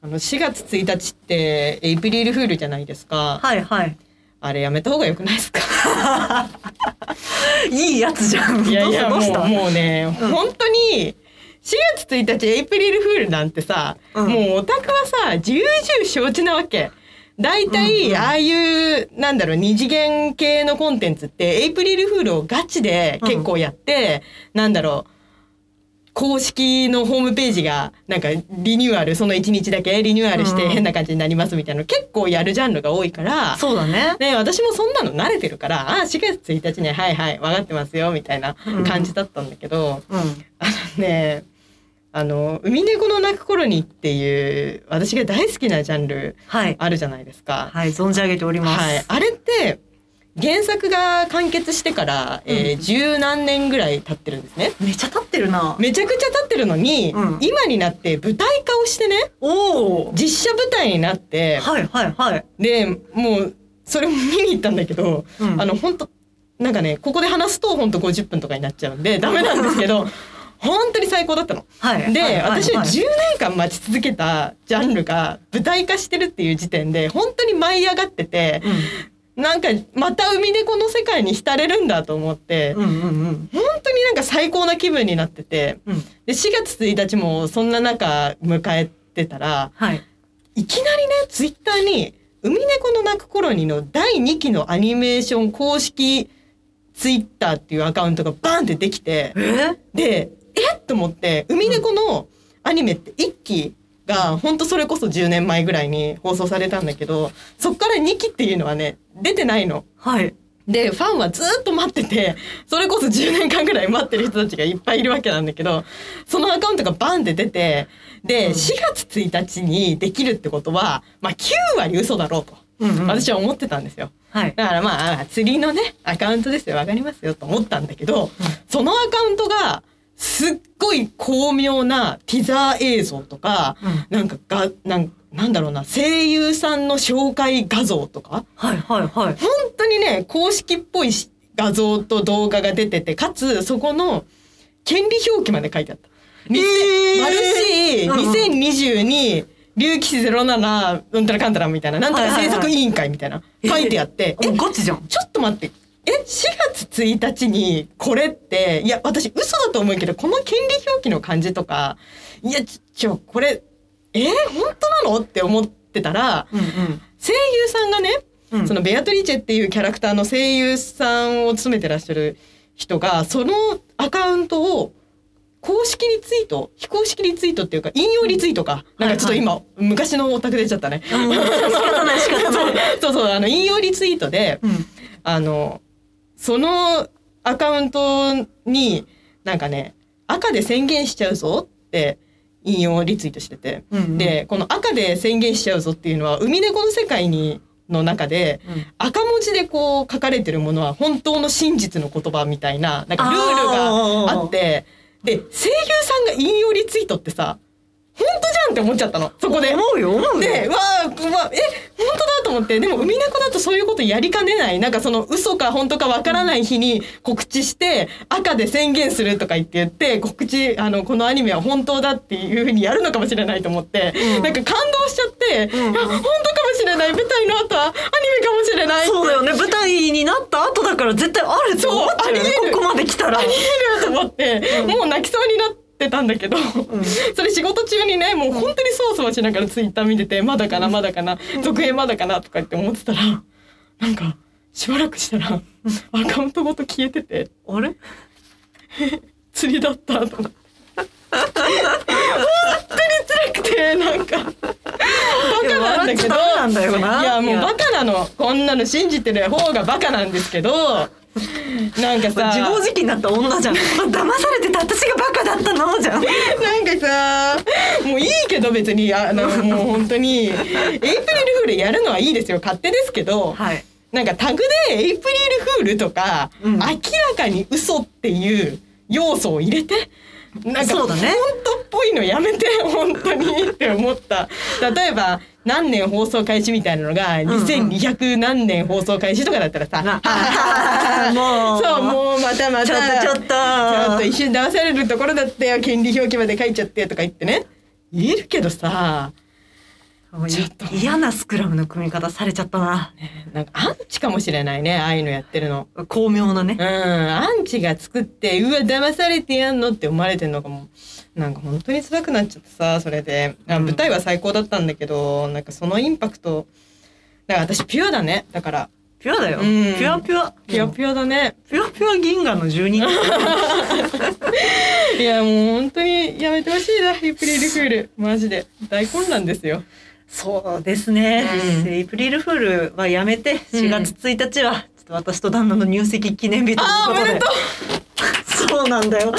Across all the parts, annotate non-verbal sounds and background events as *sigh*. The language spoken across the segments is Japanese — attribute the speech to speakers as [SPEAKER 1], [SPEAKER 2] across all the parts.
[SPEAKER 1] あの4月1日ってエイプリルフールじゃないですか。
[SPEAKER 2] はいはい。
[SPEAKER 1] あれやめた方が良くないですか。
[SPEAKER 2] いいやつじゃん。
[SPEAKER 1] いやいや
[SPEAKER 2] ど
[SPEAKER 1] も
[SPEAKER 2] う
[SPEAKER 1] う
[SPEAKER 2] したどうし
[SPEAKER 1] もうね、
[SPEAKER 2] ん
[SPEAKER 1] 本当に4月1日エイプリルフールなんてさ、
[SPEAKER 2] うん
[SPEAKER 1] もうオタクはさ重々承知なわけ。大体、
[SPEAKER 2] うんうん
[SPEAKER 1] ああいう、なんだろう、二次元系のコンテンツって、エイプリルフールをガチで結構やって、なんだろう、公式のホームページが、なんかリニューアル、その1日だけリニューアルし
[SPEAKER 2] う
[SPEAKER 1] て
[SPEAKER 2] ん
[SPEAKER 1] 変な感じになりますみたいなの結構やるジャンルが多いから
[SPEAKER 2] た、そうだね。
[SPEAKER 1] で私もそんなの慣れてるから「あ4月1日ねはいはい分かってますよ」みたいな感じだったんだけど、
[SPEAKER 2] うん。
[SPEAKER 1] あのねあの「海猫の泣く頃に」っていう私が大好きなジャンル
[SPEAKER 2] はい。
[SPEAKER 1] あるじゃないですか。
[SPEAKER 2] はい、存じ上げております。
[SPEAKER 1] はい、あれって原作が完結してから、えー
[SPEAKER 2] うん
[SPEAKER 1] 十何年ぐらい経ってるんですね。
[SPEAKER 2] めっちゃ立ってるな。
[SPEAKER 1] めちゃくちゃ経ってるのに、
[SPEAKER 2] うん
[SPEAKER 1] 今になって舞台化をしてね
[SPEAKER 2] おお。
[SPEAKER 1] 実写舞台になって
[SPEAKER 2] はいはいはい。
[SPEAKER 1] でもうそれも見に行ったんだけど、
[SPEAKER 2] うん
[SPEAKER 1] あの本当なんかねここで話すと本当50分とかになっちゃうんでダメなんですけ
[SPEAKER 2] *laughs*
[SPEAKER 1] ど本当に最高だったの。
[SPEAKER 2] はい。
[SPEAKER 1] で、
[SPEAKER 2] はいはいはい
[SPEAKER 1] 私は10年間待ち続けたジャンルが舞台化してるっていう時点で本当に舞い上がっててなんかまた海猫の世界に浸れるんだと思って
[SPEAKER 2] うんうんうんうん
[SPEAKER 1] 本当になんか最高な気分になってて
[SPEAKER 2] うん。
[SPEAKER 1] で4月1日もそんな中迎えてたら
[SPEAKER 2] はい。
[SPEAKER 1] いきなりね、ツイッターに、海猫の泣く頃にの第2期のアニメーション公式ツイッターっていうアカウントがバーンってできて
[SPEAKER 2] え、ー
[SPEAKER 1] で、えっと思って、海猫のアニメって1期が、ほんとそれこそ10年前ぐらいに放送されたんだけど、そっから2期っていうのはね、出てないの。
[SPEAKER 2] はい。
[SPEAKER 1] で、ファンはずーっと待ってて、それこそ10年間ぐらい待ってる人たちがいっぱいいるわけなんだけど、そのアカウントがバンって出て、で、
[SPEAKER 2] うん
[SPEAKER 1] 4月1日にできるってことは、まあ9割嘘だろうと、
[SPEAKER 2] うんうん。
[SPEAKER 1] 私は思ってたんですよ。
[SPEAKER 2] はい。
[SPEAKER 1] だからまあ、釣りのね、アカウントですよ、わかりますよと思ったんだけど、そのアカウントが、すっごい巧妙なティザー映像とか、
[SPEAKER 2] うん
[SPEAKER 1] なんかが、なんなんだろうな、声優さんの紹介画像とか、
[SPEAKER 2] はいはいはい。
[SPEAKER 1] 本当にね、公式っぽいし画像と動画が出てて、かつ、そこの、権利表記まで書いてあった。に
[SPEAKER 2] えー
[SPEAKER 1] マルシー、
[SPEAKER 2] うんうん
[SPEAKER 1] 2022、竜騎士07、うんたらかんたらみたいな、なんとか制作委員会みたいな、
[SPEAKER 2] いはい
[SPEAKER 1] 書いてあって、え
[SPEAKER 2] お、ガチじゃん。
[SPEAKER 1] ちょっと待って、え、4月1日にこれって、いや、私嘘だと思うけど、この権利表記の感じとか、いや、ちょ、ちょこれ、えー本当なのって思ってたら、
[SPEAKER 2] うんうん。
[SPEAKER 1] 声優さんがね、
[SPEAKER 2] うん
[SPEAKER 1] そのベアトリーチェっていうキャラクターの声優さんを務めてらっしゃる人がそのアカウントを公式リツイート非公式リツイートっていうか引用リツイートか、
[SPEAKER 2] うん
[SPEAKER 1] なんかちょっと今、昔のオタク出ちゃったね *laughs*
[SPEAKER 2] うん仕方ない仕方ない。
[SPEAKER 1] そうそうあの引用リツイートで
[SPEAKER 2] うん。
[SPEAKER 1] あのそのアカウントになんかね赤で宣言しちゃうぞって引用リツイートしてて、
[SPEAKER 2] うんうん、
[SPEAKER 1] でこの赤で宣言しちゃうぞっていうのは海猫の世界にの中で
[SPEAKER 2] うん、
[SPEAKER 1] 赤文字でこう書かれてるものは本当の真実の言葉みたいななんかルールがあってで声優さんが引用リツイートってさ本当じゃんって思っちゃったのそこで
[SPEAKER 2] 思。うよ思うよ。
[SPEAKER 1] でわあ、わあ、え本当だと思ってでも海猫だとそういうことやりかねないなんかその嘘か本当かわからない日に告知して赤で宣言するとか言って言って告知あのこのアニメは本当だっていうふうにやるのかもしれないと思って、
[SPEAKER 2] うん
[SPEAKER 1] なんか感動しちゃって、
[SPEAKER 2] うん
[SPEAKER 1] いや本当かもしれない舞台の後はアニメかもしれない
[SPEAKER 2] そうだよね *laughs* 舞台になった後だから絶対あると思ってるよね
[SPEAKER 1] そうありえる
[SPEAKER 2] ここまで来たら。
[SPEAKER 1] 見ると思って、もう泣きそうになってたんだけど、 *laughs* それ仕事中にねもう本当にそわそわしながらツイッター見ててまだかなまだかな続編まだかなとかって思ってたらなんかしばらくしたらアカウントごと消えてて
[SPEAKER 2] あれ
[SPEAKER 1] 釣りだったと思って。本当に辛くてなんかバカなんだ
[SPEAKER 2] いや笑っち
[SPEAKER 1] けど
[SPEAKER 2] ゃダメなんだよない
[SPEAKER 1] やもうバカなのこんなの信じてる方がバカなんですけどなんかさ
[SPEAKER 2] 自暴自棄になった女じゃん。 *laughs* 騙されてた私がバカだったの
[SPEAKER 1] *laughs*
[SPEAKER 2] じゃん。
[SPEAKER 1] なんかさもういいけど別にあのもう本当にエイプリルフールやるのはいいですよ勝手ですけど、
[SPEAKER 2] はい。
[SPEAKER 1] なんかタグでエイプリルフールとか、
[SPEAKER 2] うん
[SPEAKER 1] 明らかに嘘っていう要素を入れてなんか
[SPEAKER 2] そうだね
[SPEAKER 1] 本当っぽいのや
[SPEAKER 2] *laughs*
[SPEAKER 1] めて本当にって思った例えば何年放送開始みたいなのが
[SPEAKER 2] んうん
[SPEAKER 1] 2200何年放送開始とかだったらさ、
[SPEAKER 2] なもう
[SPEAKER 1] そうもうまたまた
[SPEAKER 2] ちょっとちょっと
[SPEAKER 1] ちょっと一瞬騙されるところだったよ権利表記まで書いちゃってとか言ってね言えるけどさ
[SPEAKER 2] そうい
[SPEAKER 1] ちょっと
[SPEAKER 2] 嫌なスクラムの組み方されちゃったな。
[SPEAKER 1] なんかアンチかもしれないね、ああいうのやってるの。
[SPEAKER 2] 巧妙なね
[SPEAKER 1] うん、。アンチが作って、うわ、騙されてやんのって思われてんのかも。なんか本当に辛くなっちゃってさ、それで。あ
[SPEAKER 2] うん
[SPEAKER 1] 舞台は最高だったんだけど、なんかそのインパクト、だから私ピュアだね。だから、
[SPEAKER 2] ピュアだよ。
[SPEAKER 1] うん
[SPEAKER 2] ピュアピュア。
[SPEAKER 1] ピュア
[SPEAKER 2] ュ
[SPEAKER 1] ピュアだね。
[SPEAKER 2] ア。ピュアピュア銀河の住人。
[SPEAKER 1] いや、もう本当にやめてほしいな、エイプリルフール。マジで。大混乱ですよ。
[SPEAKER 2] そうですね。
[SPEAKER 1] うん
[SPEAKER 2] エイプリルフールはやめて、
[SPEAKER 1] うん
[SPEAKER 2] 4月1日は、ちょっと私と旦那の入籍記念日という
[SPEAKER 1] あー
[SPEAKER 2] こ
[SPEAKER 1] お
[SPEAKER 2] と
[SPEAKER 1] め
[SPEAKER 2] で。
[SPEAKER 1] でと
[SPEAKER 2] そうなんだよ。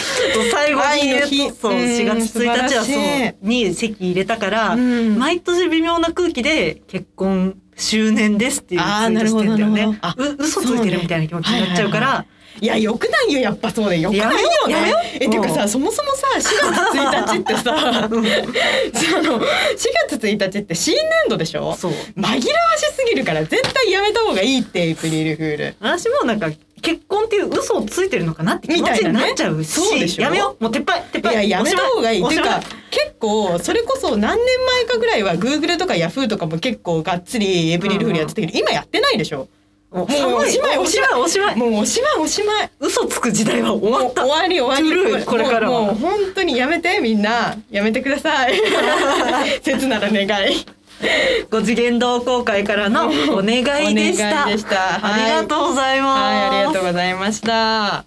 [SPEAKER 2] 最後に
[SPEAKER 1] 愛
[SPEAKER 2] ね
[SPEAKER 1] の日
[SPEAKER 2] そう、
[SPEAKER 1] うん
[SPEAKER 2] 4月1日は
[SPEAKER 1] 素晴らし
[SPEAKER 2] そう、に席入れたから、
[SPEAKER 1] うん
[SPEAKER 2] 毎年微妙な空気で結婚周年ですっていうツイ
[SPEAKER 1] あー
[SPEAKER 2] ートしてん
[SPEAKER 1] な
[SPEAKER 2] だよ
[SPEAKER 1] るほ
[SPEAKER 2] ね
[SPEAKER 1] ど。なるほ
[SPEAKER 2] う嘘ついてるみたいな気持ちになっちゃうか
[SPEAKER 1] そうねはいはいは
[SPEAKER 2] ら、
[SPEAKER 1] いや、よくないよ、やっぱそうで。よくないよね。
[SPEAKER 2] やめようやめよう
[SPEAKER 1] え、てか
[SPEAKER 2] う
[SPEAKER 1] さ、
[SPEAKER 2] ん
[SPEAKER 1] そもそもさ、4月1日って
[SPEAKER 2] *laughs*
[SPEAKER 1] さ、あの4月1日って新年度でしょ
[SPEAKER 2] そう。
[SPEAKER 1] 紛らわしすぎるから絶対やめた方がいいってエイプリルフール
[SPEAKER 2] 私もなんか結婚っていう嘘をついてるのかなって気持ちになっちゃうし、
[SPEAKER 1] みたいなねそうでしょ
[SPEAKER 2] やめようもう撤廃撤
[SPEAKER 1] いや
[SPEAKER 2] 廃
[SPEAKER 1] やめた方がいい
[SPEAKER 2] お
[SPEAKER 1] って
[SPEAKER 2] し
[SPEAKER 1] いう
[SPEAKER 2] ま
[SPEAKER 1] か結構それこそ何年前かぐらいは Google とか Yahoo とかも結構がっつりエイプリルフールやってたけど今やってないでしょ
[SPEAKER 2] もう
[SPEAKER 1] もうおしまい
[SPEAKER 2] おしまいおしまい
[SPEAKER 1] もうおしまいおしまい
[SPEAKER 2] 嘘つく時代は終わ
[SPEAKER 1] もう
[SPEAKER 2] った
[SPEAKER 1] 終わり終わり
[SPEAKER 2] トゥルーこれからは
[SPEAKER 1] もうもう本当にやめてみんなやめてください
[SPEAKER 2] *laughs*
[SPEAKER 1] 切なら願い
[SPEAKER 2] 五次元同好会からのお願いでし
[SPEAKER 1] お
[SPEAKER 2] た
[SPEAKER 1] 願いでしたはい
[SPEAKER 2] ありがとうございます、
[SPEAKER 1] はいありがとうございました